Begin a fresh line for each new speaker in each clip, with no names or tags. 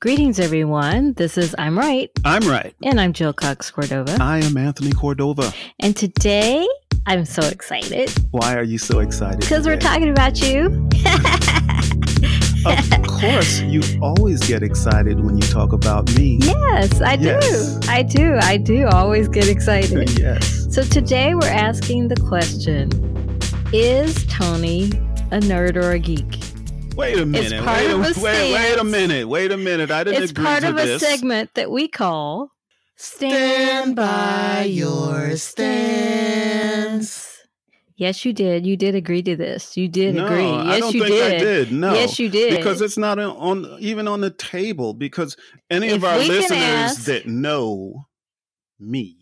Greetings, everyone. This is I'm Right,
I'm right.
and I'm Jill Cox Cordova.
I am Anthony Cordova.
And today, I'm so excited
Why are you so excited?
because we're
today?
talking about you.
Of course, you always get excited when you talk about me.
Yes, I
Yes.
do. I do. I do always get excited.
Yes.
So today, we're asking the question Is Tony a nerd or a geek?
Wait a minute.
part
wait,
of a
wait, wait a
stance.
minute. Wait a minute. I didn't
It's
agree
part
to
of a
this.
segment that we call
Stand by your stance.
Yes, you did. You did agree to this. You did
no,
agree. Yes,
I don't
you
think
did.
I did. No.
Yes, you did.
because it's not on on- even on the table because any
If
of our
we can
listeners
ask-
that know me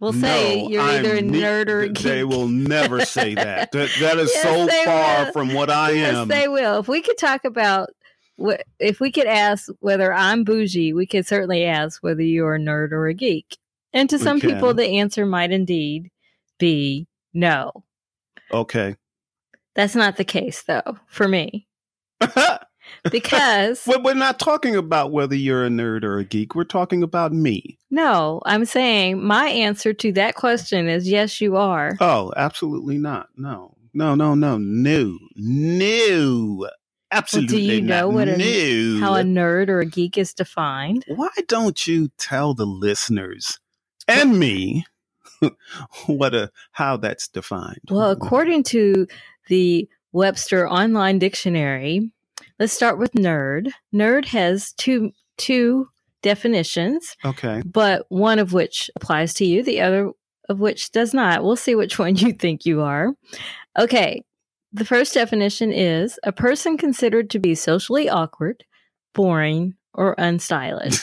we'll say
No,
you're either a
I'm ne-
nerd or a
th- They
geek.
will never say that. that, that is
Yes,
so
they
far
will.
from what I
yes,
am.
they will. If we could talk about what, if we could ask whether I'm bougie, we could certainly ask whether you're a nerd or a geek. And to
We
some people,
can.
the answer might indeed be no.
okay.
That's not the case, though, for me,
but
because
we're not talking about whether you're a nerd or a geek. We're talking about me.
No, I'm saying my answer to that question is yes, you are.
Oh, absolutely not. No. No, no, no. No. No. Absolutely
you
not.
know what a-
no.
How a nerd or a geek is defined.
Why don't you tell the listeners and me what a how that's defined?
Well, according to the Webster Online Dictionary, let's start with nerd. Nerd has two two definitions,
Okay.
but one of which applies to you, the other of which does not. We'll see which one you think you are. Okay. The first definition is a person considered to be socially awkward, boring, or unstylish.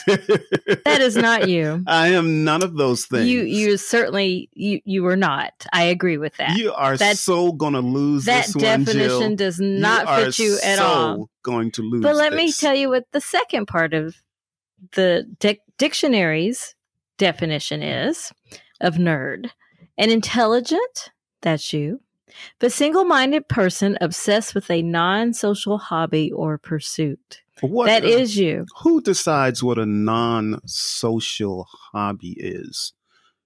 that is not you.
I am none of those things.
You you certainly you you were not. I agree with that.
You are
That-
so gonna lose
that
this one,
definition
Jill.
does not
you
fit you
are
at
so
all.
Going to lose.
But let me
this.
tell you what the second part of the dic- dictionary's definition is of nerd. An intelligent, that's you, but single-minded person obsessed with a non-social hobby or pursuit.
What,
That is you.
Who decides what a non-social hobby is?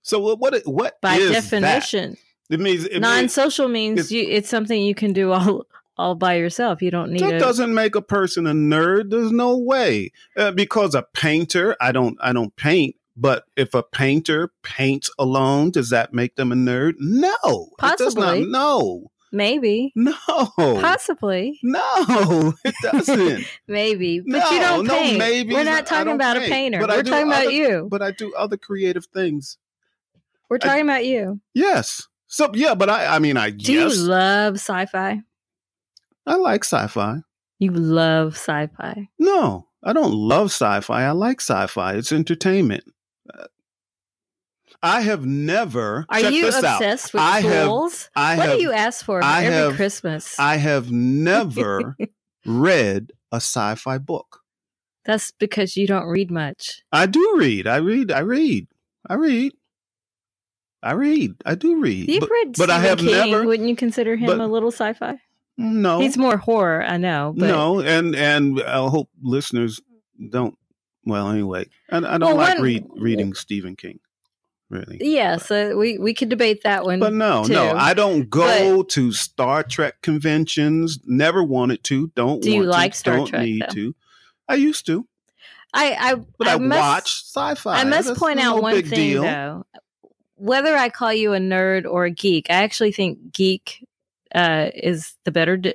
So what? What? what
By
is
definition,
that? it means it means-
non-social means
it's-
you, it's something you can do all all by yourself. You don't need
That
a,
doesn't make a person a nerd. There's no way uh, because a painter. I don't. I don't paint. But if a painter paints alone, does that make them a nerd? No, it does not.
Possibly.
No,
maybe
no,
possibly
no, it doesn't.
maybe, but you
No,
don't
no
paint.
maybes.
We're
I
not talking
don't
about a
paint,
painter.
but I
We're
do
talking about
other-
you.
but I do other creative things.
We're talking about you.
Yes. So yeah, but I I mean I
Do
guess
you love sci-fi?
I like sci-fi.
You love sci-fi.
No, I don't love sci-fi. I like sci-fi. It's entertainment. Uh, I have never
Are
check
you
this out.
obsessed with
I have-
tools?
I
what
have
do you ask for
I
every
have-
Christmas?
I have never read a sci-fi book.
That's because you don't read much.
I do read. I read. I read. I read. I read. I do read.
You've
but,
read
I
Stephen
have
King.
never-
Wouldn't you consider him
but-
a little sci-fi?
no.
He's more horror, I know. But
no, and and I hope listeners don't. Well, anyway, I, I don't
Well,
like
one-
read, reading Stephen King, really.
Yeah, so we, we could debate that one.
But no,
too.
no, I don't go to Star Trek conventions. Never wanted to. Don't.
Do you
want to,
like Star
Don't
Trek,
need
though?
to. I used to,
I, I,
but
I
I,
must,
watch sci-fi.
I must
That's
point
no
out one
big
thing
deal.
though. Whether I call you a nerd or a geek, I actually think geek uh, is the better d-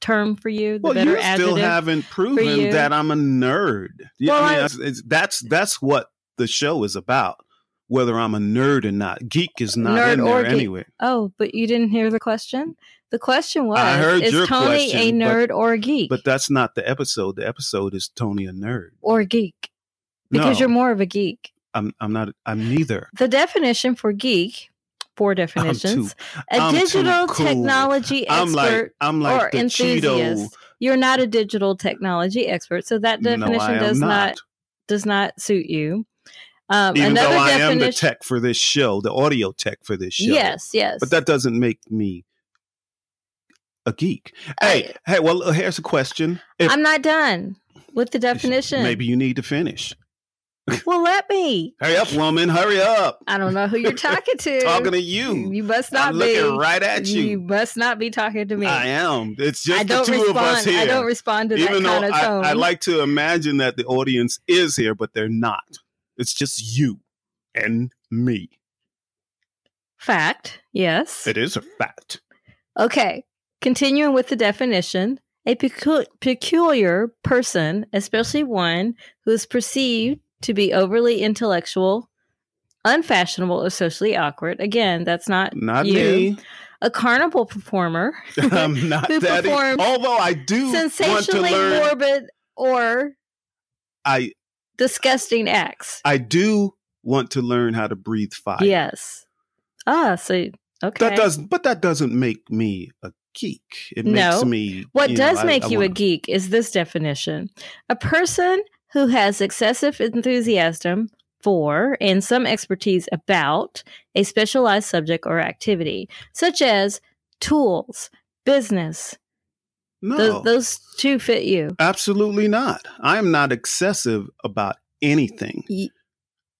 term for you. The
Well,
better
you still
adjective.
haven't
you.
proven that I'm a nerd. Yeah,
Well,
I
I-
mean, it's- it's- that's that's what the show is about. Whether I'm a nerd or not, geek is not
Nerd
in
or
there
geek.
anyway.
oh, but you didn't hear the question. The question was:
I heard
Is
your
Tony a
question, but-
nerd or a geek?
But that's not the episode. The episode is Tony a nerd.
or a geek because
no,
you're more of a geek.
I'm I'm not I'm neither.
The definition for geek, four
I'm
definitions:
too.
a
I'm too
digital
cool.
technology
I'm like
expert
I'm like
or
the Cheeto.
enthusiast. You're not a digital technology expert, so that
no, I
definition
am
does not.
not.
does not suit you. Um,
Even though
another
I am the
definition.
tech for this show, the audio tech for this show.
yes, yes.
But that doesn't make me a geek. Hey, hey, well, uh, here's a question. If
I'm not done. with the definition.
Maybe you need to finish.
Well, let me.
Hurry up, woman. Hurry up.
I don't know who you're talking to.
Talking to you.
You must not
I'm
be.
looking right at you.
You must not be talking to me.
I am. It's just
I
the
don't
two
respond.
of us here.
I don't respond to
Even
that
though
kind of
I,
tone.
I like to imagine that the audience is here, but they're not. It's just you and me.
fact. Yes.
It is a fact.
Okay. Continuing with the definition, a pecu- peculiar person, especially one who is perceived to be overly intellectual, unfashionable, or socially awkward. Again, that's not
Not
You.
me.
a carnival performer,
I'm not
Who
that. e-,
performs
Although I do want to
sensationally
learn.
morbid or
I
disgusting acts.
I do want to learn how to breathe fire.
Yes. Ah, so okay.
That does, but that doesn't make me a geek. It
No.
makes me.
What
you know,
does
I-
make
I
you a
wanna-
geek is this definition a person who has excessive enthusiasm for and some expertise about a specialized subject or activity, such as tools, business.
No,
Those, those two fit you.
absolutely not. I am not excessive about anything.
Y-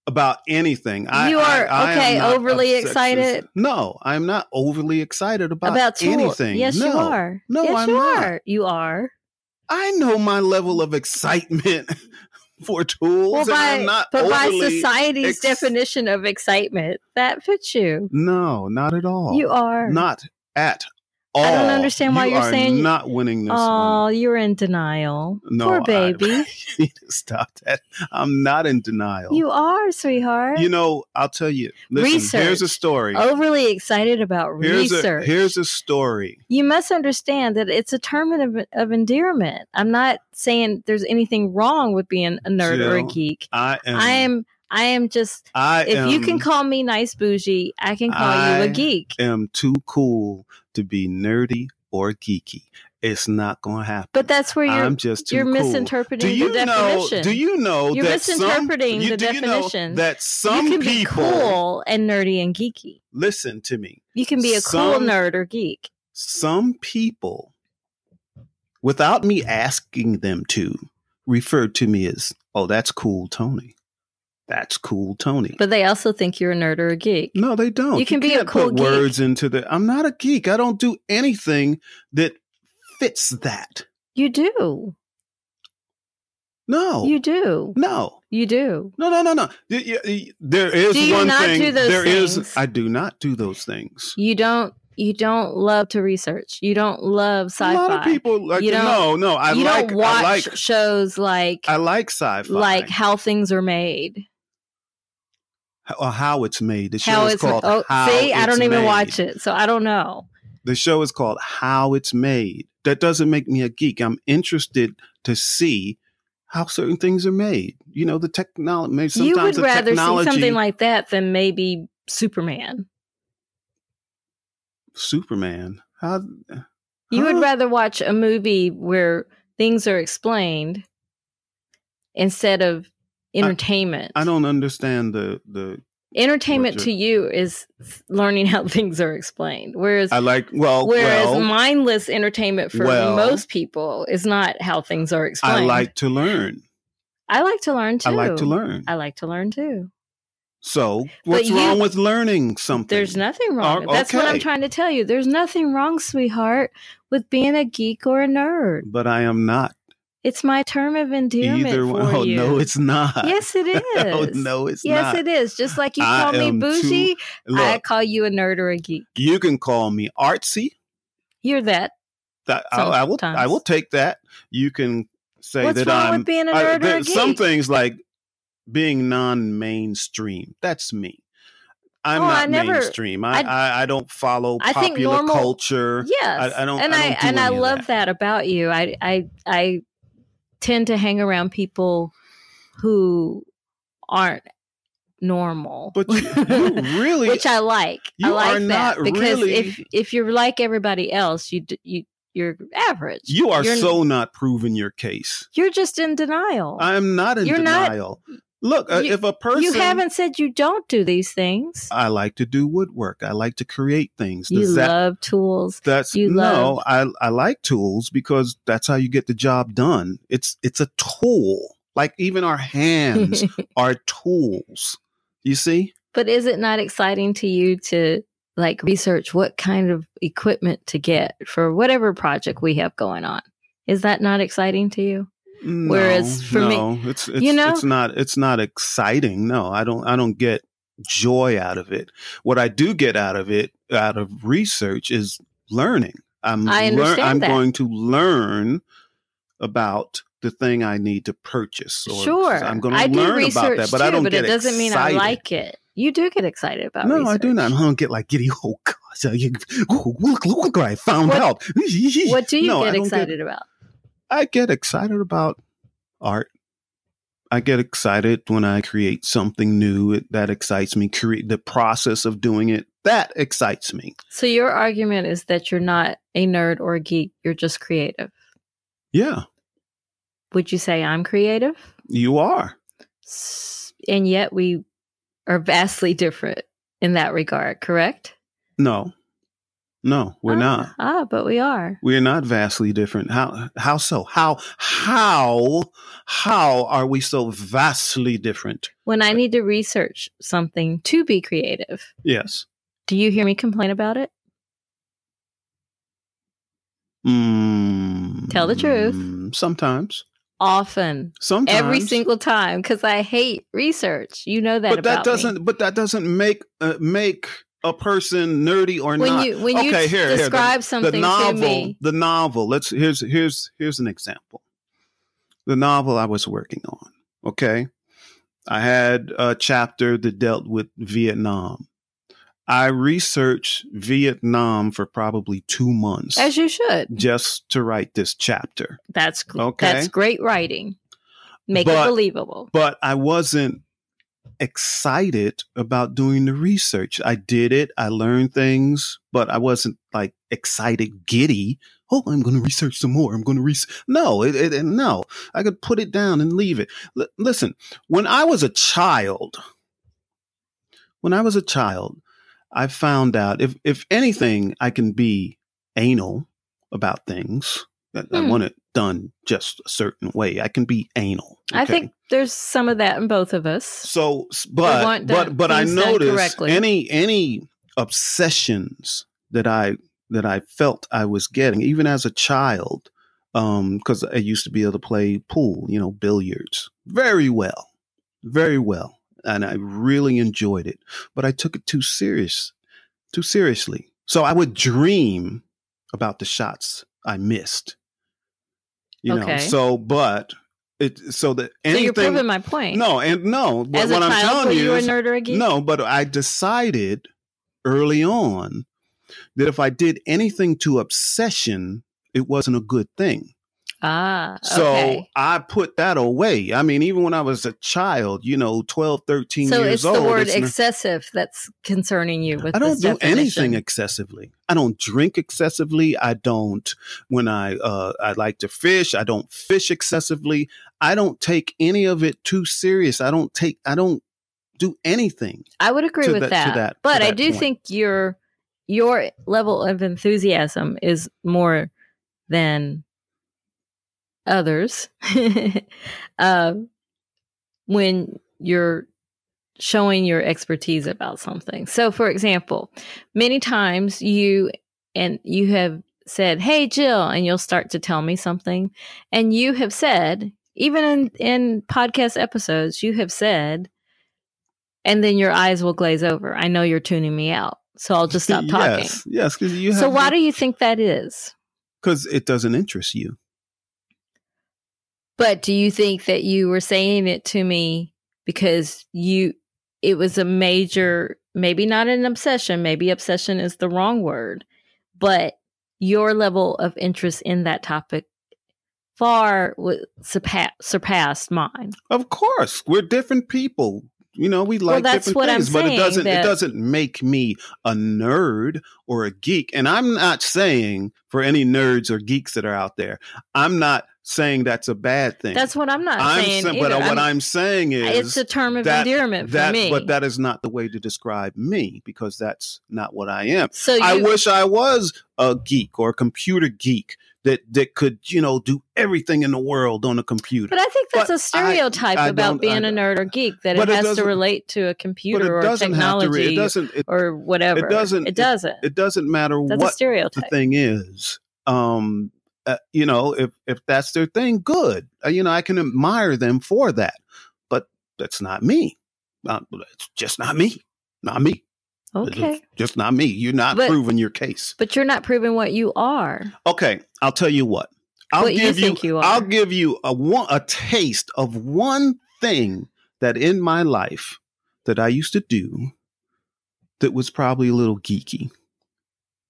about anything. I,
You
I-
are,
I am
okay,
not
overly
obsessive.
excited?
No, I'm not overly excited about,
About tools.
anything.
Yes, you
No.
are.
No,
yes,
I'm
you
not.
are. You are.
I know my level of excitement for tools,
Well,
and
by,
I'm not
but by
overly-
society's
ex-
definition of excitement, that fits you.
No, not at all.
You are.
not at all.
I don't understand why
You
you're
are
saying-
not winning this.
Oh,
one.
you're in denial.
No,
Poor
I-
baby.
You need to stop that. I'm not in denial.
You are, sweetheart.
You know, I'll tell you. Listen, here's a
Research.
story.
Overly excited about
here's
research.
a here's a story.
you must understand that it's a term of, of endearment. I'm not saying there's anything wrong with being a nerd or a
Jill,
geek.
I am.
I am. I am just.
I
If
am,
you can call me nice bougie, I can call you
I-
a geek.
am too cool to be nerdy or geeky. It's not gonna happen.
But that's where you're
I'm just too
you're
cool.
misinterpreting
do you
the
know?
definition.
Do you know
You're
that
misinterpreting
some, you-
the
do you know
definition.
that some
you can be
people
cool and nerdy and geeky.
listen to me.
You can be a cool
Some-
nerd or geek.
Some people, without me asking them to, refer to me as, "Oh, that's cool, Tony. That's cool, Tony."
But they also think you're a nerd or a geek.
No, they don't.
You can be a
can't
cool
put words into the. I'm not a geek. I don't do anything that fits that.
You do.
No,
You do.
no,
You do.
no, no, no, no. Y- y- y- There is
Do you
one
not
thing.
do those
There is.
things?
I do not do those things.
You don't you don't love to research. You don't love
A
sci-fi.
lot of people like
You don't-
no, no. I
you
like.
don't watch
I like.
shows like
I like sci-fi.
like how things are made.
H- or how it's made. The show
How
is
it's
called.
oh,
how
see, I
It's
don't even
Made.
watch it, so I don't know.
The show is called How It's Made. That doesn't make me a geek. I'm interested to see how certain things are made. You know, the technology. Sometimes
you would
the
rather see
technology,
something like that than maybe Superman.
Superman. How?
You
Huh?
would rather watch a movie where things are explained instead of entertainment.
I don't understand the the.
entertainment
Roger.
to you is learning how things are explained whereas
I like well.
whereas
well,
mindless entertainment for
well-
most people is not how things are explained
I like to learn.
I like to learn too
I like to learn.
I like to learn too
So what's
you-
wrong with learning something?
there's nothing wrong
Oh,
that's what I'm
okay.
trying to tell you there's nothing wrong sweetheart with being a geek or a nerd
But I am not
it's my term of endearment
either one.
for
Oh
you
no, it's not.
yes it is
Oh no, it's
yes
not.
it is just like you
I
call me
am too-
bougie
Look,
I call you a nerd or a geek
you can call me artsy.
you're that
That I, I will. I
Sometimes.
will take that. You can say
What's
that
wrong
I'm.
with being a
I-
nerd or a
there-
geek?
some things like being non-mainstream. That's me. I'm
Oh, I
not
never-
mainstream.
I-
I, I, I don't follow
I think
popular
normal-
culture.
Yes,
I- I don't-
and
I don't do
and I
any of
love
that.
that. about you. I I I tend to hang around people who aren't normal,
But you, you really,
which I like. I
you
like
are
that
not
because
really-
if if you're like everybody else, you d- you you're average.
you are
you're-
so not proving your case.
You're just in denial.
I'm not in
You're not-
denial. Look, uh,
You-
if a person
you haven't said you don't do these things.
I like to do woodwork. I like to create things.
you
Does that
love tools.
that's
you
no,
love-
I I like tools because that's how you get the job done. It's it's a tool. Like even our hands are tools. You see?
But is it not exciting to you to like research what kind of equipment to get for whatever project we have going on? Is that not exciting to you?
No,
Whereas for me-
no, it's it's
you know?
it's not it's not exciting. No, I don't I don't get joy out of it. What I do get out of it out of research is learning. I'm
I understand
I'm
that.
going to learn about the thing I need to purchase. or
sure.
uh, I'm going to
I do
learn
research
about that, but
too,
I don't
but
get
it doesn't mean I
excited.
like it. You do get excited about
No, I do
research.
not. I don't get like giddy. Oh God! so you- oh, look, look what I found
What-
out.
What do you
No, I
get
don't get-
excited about?
I get excited about art. I get excited when I create something new. It, that excites me. Create the process of doing it. That excites me.
So your argument is that you're not a nerd or a geek, you're just creative.
Yeah,
Would you say I'm creative?
you are.
S- And yet we are vastly different in that regard, correct?
No, no, we're
Ah,
not.
Ah, but we are.
We're not vastly different. How? How so? How? How? How are we so vastly different?
When I need to research something to be creative,
Yes.
do you hear me complain about it?
Mm,
Tell the truth.
Sometimes.
Often,
Sometimes.
every single time, because I hate research. You know that
but that
about me.
doesn't but that doesn't make uh, make a person nerdy or
When
not
you when you
Okay,
t-
here, here, the-
describe something
the
to
novel
me,
the novel let's here's here's here's an example the novel i was working on okay i had a chapter that dealt with vietnam i researched vietnam for probably two months
as you should.
just to write this chapter
That's gr-
Okay.
that's great writing. Make
But-
it believable.
but I wasn't excited about doing the research. I did it, I learned things, but I wasn't like excited, giddy. Oh, I'm going to research some more. I'm going to research. No, it, it, it- no, I could put it down and leave it. L- listen, when I was a child, when I was a child, I found out if if anything, I can be anal about things. I, I
Hmm.
want it done just a certain way. I can be anal.
I
okay?
think there's some of that in both of us.
So, s- but
want
but
done-
but I
things done
noticed
correctly.
any any obsessions that I that I felt I was getting, even as a child, because I used to be able to play pool, you know, billiards very well, very well, and I really enjoyed it. But I took it too serious, too seriously. So I would dream about the shots I missed. You know,
Okay.
so but it so that
So you're
anything
proving my point.
no, and no. What,
as a
what I'm
child,
telling
were
you,
you a
is-
nerd or a geek?
no, but I decided early on that if I did anything to obsession, it wasn't a good thing.
Ah,
So
okay.
I put that away. I mean, even when I was a child, you know, 12, 13
so
years
it's
old.
the word
it's not-
excessive that's concerning you with
I don't
this
do anything
definition.
excessively. I don't drink excessively. I don't when I uh I like to fish, I don't fish excessively. I don't take any of it too serious. I don't take I don't do anything.
I would agree
to
with
that- to
that,
that- to
but I
that
do
point.
think your your level of enthusiasm is more than others uh, when you're showing your expertise about something. So, for example, many times you and you have said, "Hey, Jill," and you'll start to tell me something, and you have said, even in in podcast episodes, you have said, and then your eyes will glaze over. I know you're tuning me out, so I'll just stop talking.
Yes, yes, because you have
so, why do you think that is?
because it doesn't interest you.
But do you think that you were saying it to me because you it was a major maybe not an obsession, maybe obsession is the wrong word, but your level of interest in that topic far w- surpa- surpassed mine.
Of course, we're different people. You know, we like
that's
different
what I'm
things, but it
saying,
doesn't it
that-
doesn't make me a nerd or a geek. And I'm not saying for any nerds or geeks that are out there, I'm not saying that's a bad thing.
That's what I'm not
I'm
saying.
sa- but
either.
what
I'm-
I'm saying is
it's a term of
that-
endearment for
that,
me.
but that is not the way to describe me because that's not what I am.
so you,
I wish I was a geek or a computer geek that that could you know do everything in the world on a computer.
but I think that's
but
a stereotype
I
about
don't-
being
I-
a nerd or geek that it
but it
has to
doesn't-
relate to a
But
computer or
have to. re- It
technology
doesn't. It,
or whatever.
doesn't-
It doesn't.
it doesn't matter
that's a
what the
stereotype.
thing is. Um, uh, you know, if if that's their thing, good. Uh, you know, I can admire them for that. But that's not me. Not, it's just not me. Not me.
Okay.
Just not me. You're not
But-
proving your case.
But you're not proving what you are.
Okay, I'll tell you what. I'll
What you
give
think you are.
I'll give you a one a taste of one thing that in my life that I used to do that was probably a little geeky.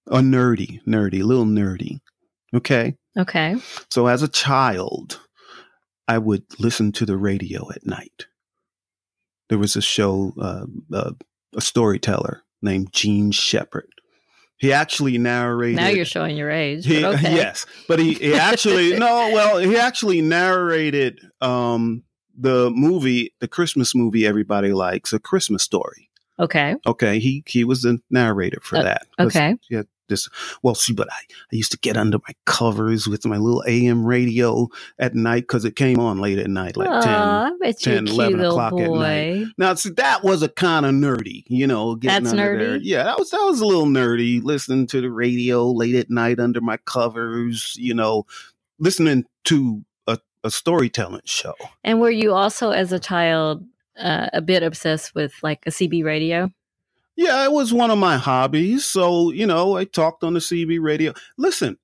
Or nerdy, nerdy, a little nerdy. Okay?
Okay.
So as a child, I would listen to the radio at night. There was a show, uh, uh, a storyteller named Gene Shepard. He actually narrated.
Now you're showing your age.
He-
But okay.
Yes, but he, he actually no. Well, he actually narrated um, the movie, the Christmas movie everybody likes, A Christmas Story.
Okay.
Okay, he he was the narrator for
Uh,
that. 'Cause-
Okay.
Well, see, but I, I used to get under my covers with my little AM radio at night because it came on late at night, like ten.
Aw, I bet you're
10,
a cute
11
little
o'clock at night.
boy.
Now, see, that was a kind of nerdy, you know. Getting
That's
under There.
nerdy?
Yeah, that was that was a little nerdy. Listening to the radio late at night under my covers, you know, listening to a, a storytelling show.
And were you also, as a child, uh, a bit obsessed with like a CB radio?
Yeah, it was one of my hobbies. So you know, I talked on the CB radio. Listen,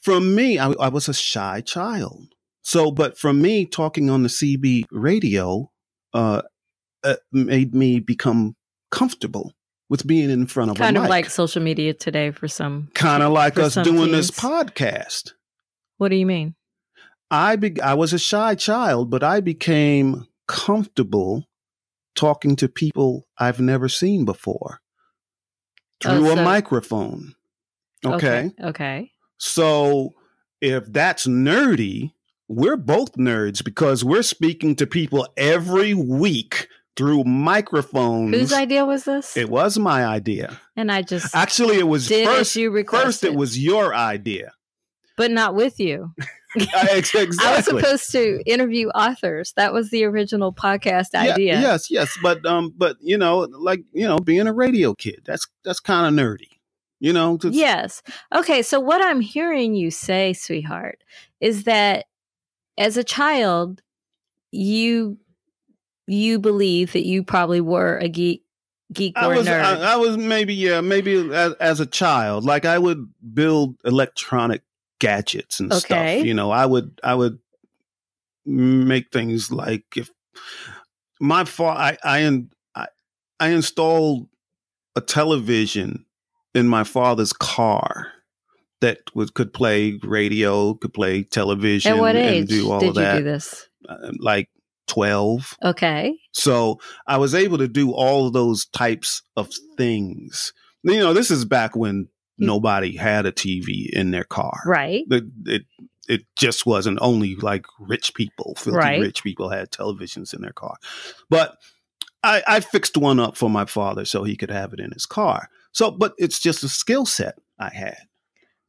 from me, I, I was a shy child. So, but from me talking on the CB radio, uh, uh made me become comfortable with being in front of
Kind
a
of
mic.
like social media today for some.
kind of like
for
us
some
doing this
teams.
podcast.
What do you mean?
I be- I was a shy child, but I became comfortable talking to people I've never seen before
Oh,
through
so-
a microphone. okay.
Okay. okay.
So if that's nerdy, we're both nerds because we're speaking to people every week through microphones.
Whose idea was this?
Mm-hmm. it was my idea.
and I just
Actually, it was
did as
first.
you requested.
First, it was your idea.
but not with you.
Ex- exactly.
I was supposed to interview authors. That was the original podcast
Yeah,
idea.
yes, yes, but um, but you know, like you know, being a radio kid, that's that's kind of nerdy, you know. to-
Yes. Okay. So, what I'm hearing you say, sweetheart, is that as a child, you you believe that you probably were a geek, geek
I
or a
was
nerd.
I, I was maybe yeah maybe as, as a child, like I would build electronic gadgets and
Okay.
stuff. You know, I would I would make things like if my father I I, in, I I installed a television in my father's car. That was, could play radio, could play television,
At what age
and do all
did
of that.
you do this?
uh, like 12.
Okay.
So I was able to do all of those types of things. You know, this is back when nobody had a TV in their car.
Mm. Right.
It, it, it just wasn't only like rich people, filthy
Right.
rich people had televisions in their car. But I, I fixed one up for my father so he could have it in his car. So, but it's just a skill set I had.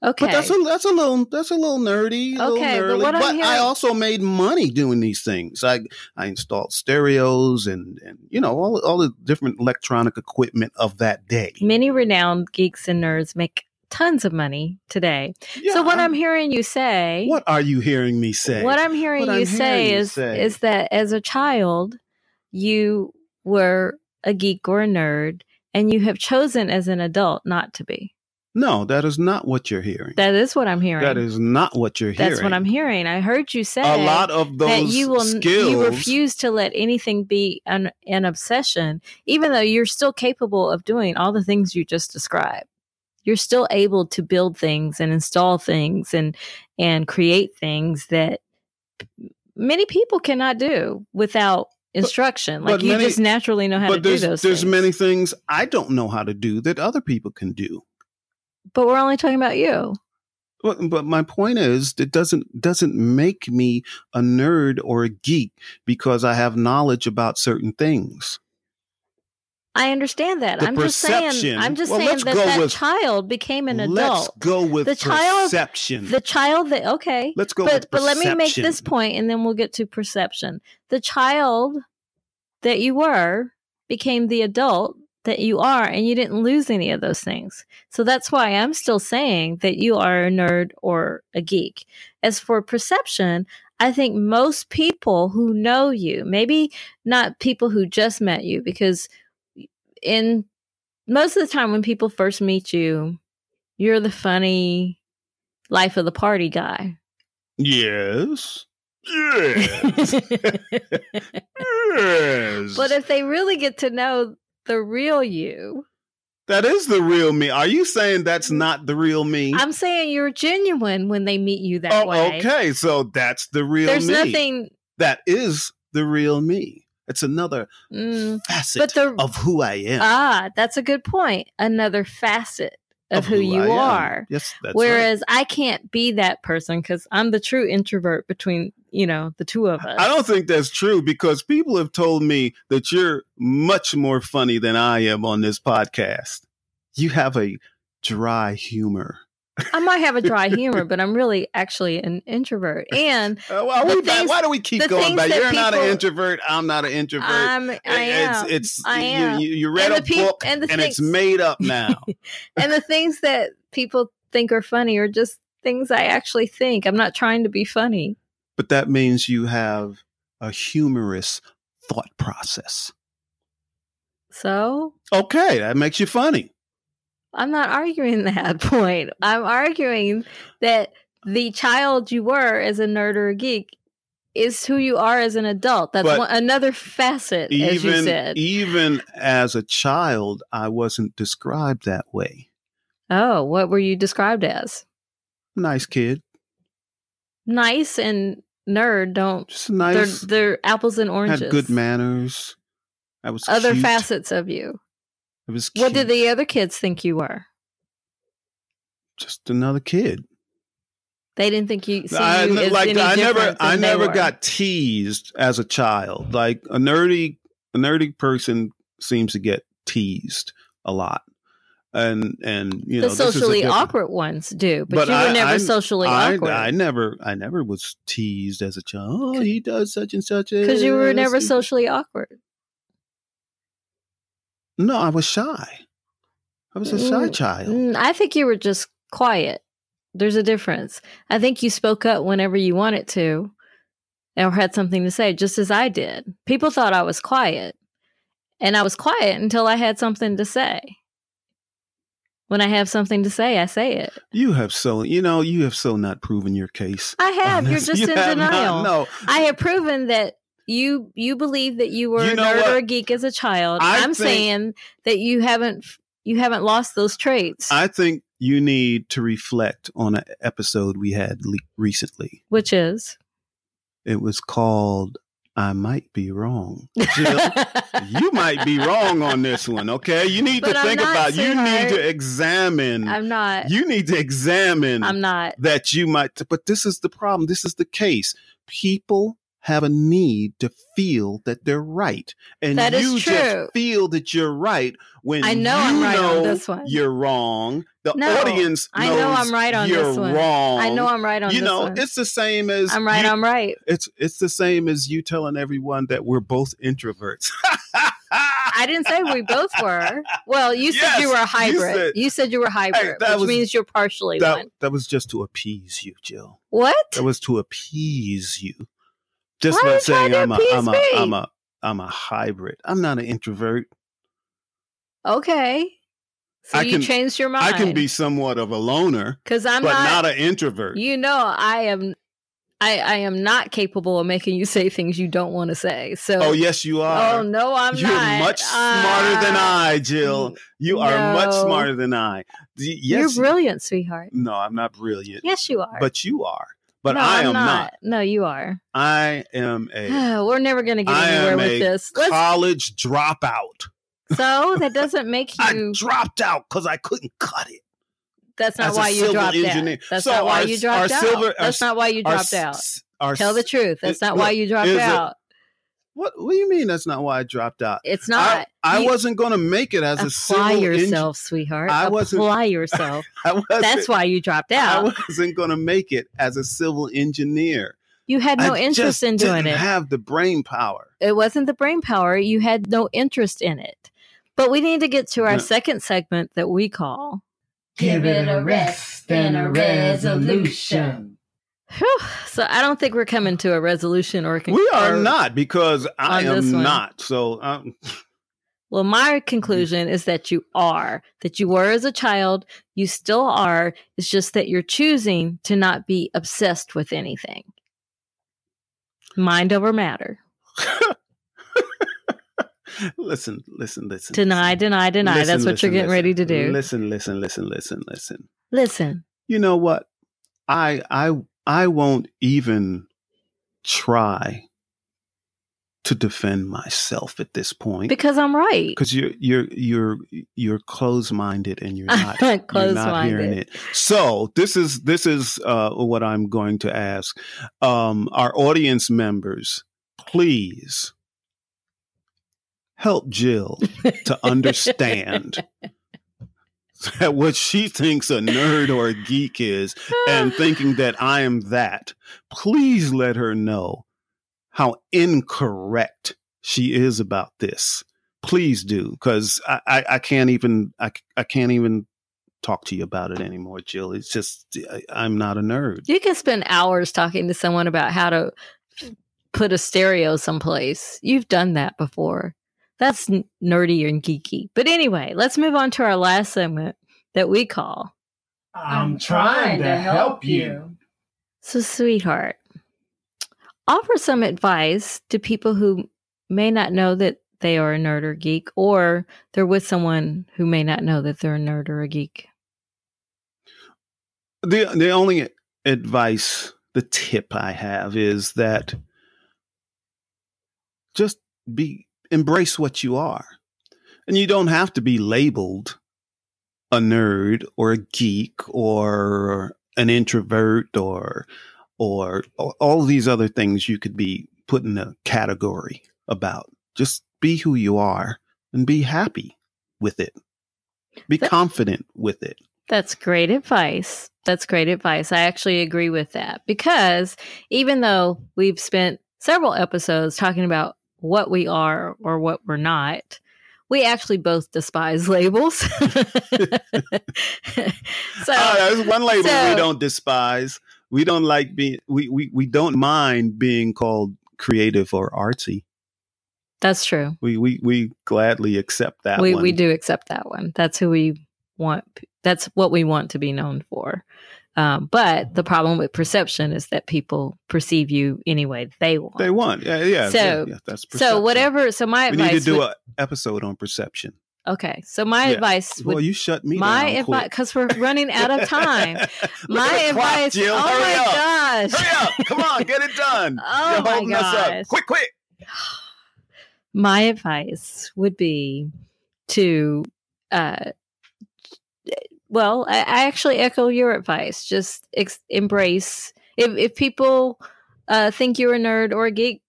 Okay.
But that's a that's a little that's a little nerdy. a little
Okay, but
nerdy.
what I'm
but I
hearing-
also made money doing these things. I I installed stereos and and you know all all the different electronic equipment of that day.
Many renowned geeks and nerds make tons of money today.
Yeah,
so, what I'm
I-
hearing you say,
what are you hearing me say?
What I'm hearing
What
you
I'm
say
hearing you
is
say.
is that as a child, you were a geek or a nerd, and you have chosen as an adult not to be.
no, that is not what you're hearing.
That is what I'm hearing.
That is not what you're
That's
hearing.
what I'm hearing. I heard you say
A lot of those
that you will
skills.
you refuse to let anything be an, an obsession, even though you're still capable of doing all the things you just described. You're still able to build things and install things and and create things that many people cannot do without instruction. like
but
you
many-
just naturally know how to
but
do
there's
those.
there's
things.
many things I don't know how to do that other people can do.
but we're only talking about you.
But, but my point is, it doesn't doesn't make me a nerd or a geek because I have knowledge about certain things.
I understand that.
The
I'm just saying.
perception-
I'm just
well,
saying
let's
that
go
that
with-
child became an
Let's
adult.
go with
The child-
perception.
The child that okay,
Let's go
but
with
but let me make
perception.
this point, and then we'll get to perception. The child that you were became the adult that you are, and you didn't lose any of those things. So that's why I'm still saying that you are a nerd or a geek. As for perception, I think most people who know you, maybe not people who just met you, because in most of the time when people first meet you, you're the funny life of the party guy.
Yes. Yes.
but
yes.
if they really get to know the real you,
that is the real me. Are you saying that's not the real me?
Mm-hmm. I'm saying you're genuine when they meet you that
Mm-hmm. oh,
way.
okay. So that's the real
There's
me.
nothing,
That is the real me. It's another
mm,
facet
but the
of who I am.
ah, that's a good point. Another facet of, who, you
I am.
are.
Yes, that's right.
Whereas I can't be that person because I'm the true introvert between you know the two of us.
I don't think that's true because people have told me that you're much more funny than I am on this podcast. You have a dry humor.
I might have a dry humor, but I'm really actually an introvert, and
Uh, why,
The
we back-
things-
why do we keep
the
going
things
back?
that
You're not an
people-
introvert. I'm not an introvert.
I'm I am.
It's, it's
I
you-
am.
You, you read
and
a
the peop-
book
and the
and
things,
it's made up now.
and the things that people think are funny are just things I actually think. I'm not trying to be funny.
but that means you have a humorous thought process.
So
Okay, that makes you funny.
I'm not arguing that point. I'm arguing that the child you were as a nerd or a geek is who you are as an adult. That's
But
one, another facet, as you
Even e
said.
even as a child, I wasn't described that way.
oh, what were you described as?
Nice kid,
Nice and nerd don't.
just nice.
They're, they're apples and oranges.
had good manners. I was
Other
cute.
facets of you.
I was
What
cute.
did the other kids think you were?
just another kid.
They didn't think you. See
I,
you as
like
any
I never
different than
I
they
never
were.
got teased as a child. Like a nerdy a nerdy person seems to get teased a lot. And and you
the
know this is a
socially
different-
awkward ones do, but,
But
you were
I-
never
I'm-
socially
I,
awkward.
I never I never was teased as a child. Oh, he does such and such.
because you were
as-
never socially awkward.
No, I was shy. I was a shy
Mm,
child.
Mm, I think you were just quiet. There's a difference. I think you spoke up whenever you wanted to or had something to say, just as I did. People thought I was quiet, and I was quiet until I had something to say. When I have something to say, I say it.
You have so you know you have so not proven your case.
I have.
on
You're
this.
just
You
in
have not-
denial.
no,
I have proven that you you believe that you were
You
a
know
nerd
what?
or a geek as a child.
I
I'm
think-
saying that you haven't you haven't lost those traits,
I think you need to reflect on an episode we had le- recently.
which is
It was called "I Might Be Wrong." Jill, you might be wrong on this one. Okay, you need
But
to
I'm
think
not,
about. You need
sweetheart.
to examine.
I'm not.
you need to examine
I'm not.
that you might. But this is the problem. This is the case. People have a need to feel that they're right, and
That is
you
true.
just feel that you're right when
I know
you
I'm right on
know
this one.
You're wrong. The
No,
audience.
I
Knows
know I'm right on
you're
this one.
Wrong.
I know I'm right on
You
this
know,
one.
it's the same as
I'm right.
you-
I'm right.
It's it's the same as you telling everyone that we're both introverts.
I didn't say we both were. Well, you said
Yes,
you were a
you
hybrid. You
said-
said, you were a hybrid,
that
which
was-
means you're partially
that,
one.
that was just to appease you, Jill.
What?
That was to appease you. Just
Why are
by
you trying
saying
to
I'm a,
appease
I'm a,
me?
I'm a, I'm a hybrid. I'm not an introvert.
Okay. So
I
you
can-
changed your
I
mind.
can be somewhat of a loner,
because I'm
but
not
not, an introvert.
You know, I am. I, I am not capable of making you say things you don't want to say. So,
oh yes, you are.
oh no, I'm
You're
not.
much smarter than
Uh,
I, Jill. You are much
no.
smarter than I. D- yes.
You're brilliant, sweetheart.
no, I'm not brilliant,
Yes, you are.
but you are. But
No,
I am
I'm
not.
No, you are.
I am a
We're never going to get
I
anywhere
am
with
a
this. Let's,
college dropout.
so that doesn't make
I
you.
dropped out because I couldn't cut it.
That's not
As a
why you
civil
dropped
engineer.
out. That's
So
not why
our-
you dropped
our
out.
silver- our
That's
s-
not why you
Our
dropped out.
s- Our
Tell the
s-
truth. That's
it-
not why
look,
you dropped
is it-
out.
What, what do you mean that's not why I dropped out?
It's not.
I, I
You-
wasn't going to make it as a
apply
civil engi-
yourself, sweetheart.
I wasn't-
apply yourself.
I wasn't,
That's why you dropped
I
out.
wasn't going to make it as a civil engineer.
you had no
I
interest
just
in doing
didn't
it.
Have the brain power.
it wasn't the brain power. You had no interest in it. But we need to get to our
No.
second segment that we call.
Give it a rest and a resolution.
Whew. So I don't think we're coming to a resolution or a con-
We are
or-
not because I
on this
am
one.
not. So um,
Well, my conclusion is that you are, that you were as a child, you still are. It's just that you're choosing to not be obsessed with anything. Mind over matter.
listen, listen, listen.
Deny, deny, deny.
Listen,
That's what
listen,
you're getting
listen.
ready to do.
Listen, listen, listen, listen, listen.
Listen,
You know what? I I I won't even try to defend myself at this point
because I'm right.
because you're you're you're you're close-minded and you're
I'm
not
not
You're
close
not hearing
minded.
it. So this is this is uh, what I'm going to ask um, our audience members. Please help Jill to understand that what she thinks a nerd or a geek is, and thinking that I am that. Please let her know how incorrect she is about this. Please do, because I, I, I can't even I, c- I can't even talk to you about it anymore, Jill. It's just I, I'm not a nerd.
You can spend hours talking to someone about how to put a stereo someplace. You've done that before. That's n- nerdy and geeky. But anyway, let's move on to our last segment that we call.
I'm trying to help you.
So, sweetheart, offer some advice to people who may not know that they are a nerd or geek, or they're with someone who may not know that they're a nerd or a geek.
The the only advice, the tip I have is that just be embrace what you are. And you don't have to be labeled a nerd or a geek or an introvert or or all these other things you could be put in a category about. Just be who you are and be happy with it. Be
That-
confident with it.
That's great advice. That's great advice. I actually agree with that because even though we've spent several episodes talking about what we are or what we're not, we actually both despise labels. so,
Ah, there's one label
so-
we don't despise. We don't like being we, we we don't mind being called creative or artsy.
that's true.
We we we gladly accept that
we
one.
we do accept that one. That's who we want. That's what we want to be known for. Um, but the problem with perception is that people perceive you any way they want.
They want. Yeah, yeah.
So-
yeah, yeah, that's
so
perception.
whatever. So my
we
advice
need to do
would-
an episode on perception.
Okay. So my
Yeah.
advice would
Well, you shut me
my
down.
advice because we're running out of time. my advice.
Jill,
oh
hurry
my
up.
gosh.
Hurry up! Come on, get it done.
Oh
You're
my
holding us
gosh.
up. Quick, quick.
My advice would be to, uh, well, I, I actually echo your advice. Just ex- embrace. If if people uh, think you're a nerd or a geek,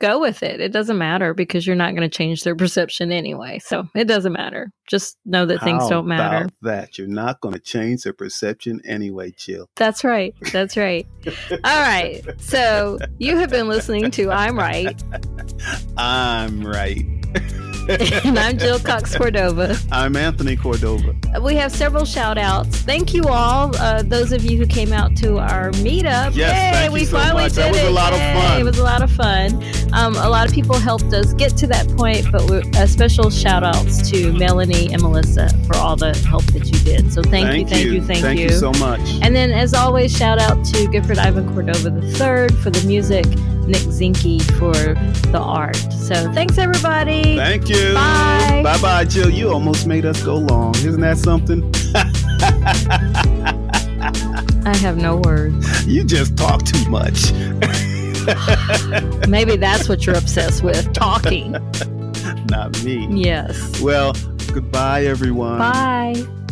go with it. It doesn't matter because you're not going to change their perception anyway. So it doesn't matter. Just know that things
How
don't matter.
About that you're not going to change their perception anyway, Jill.
That's right. That's right. All right. So you have been listening to I'm Right,
I'm right.
and I'm Jill Cox Cordova.
I'm Anthony Cordova.
We have several shout outs. Thank you all, uh, those of you who came out to our meetup.
Yes,
Yay,
thank you
we
so
finally
much.
did
That was
it.
a lot of
Yay,
fun.
It was a lot of fun. Um, a lot of people helped us get to that point, but we a special shout outs to Melanie and Melissa for all the help that you did. So thank, you, thank you, thank,
Thank you so much.
And then, as always, shout out to Gifford Ivan Cordova III for the music, Nick Zinke for the art. So, thanks, everybody.
Thank you.
Bye.
Bye bye, Jill. You almost made us go long. Isn't that something?
I have no words.
You just talk too much.
Maybe that's what you're obsessed with talking.
Not me.
Yes.
Well, goodbye, everyone.
Bye.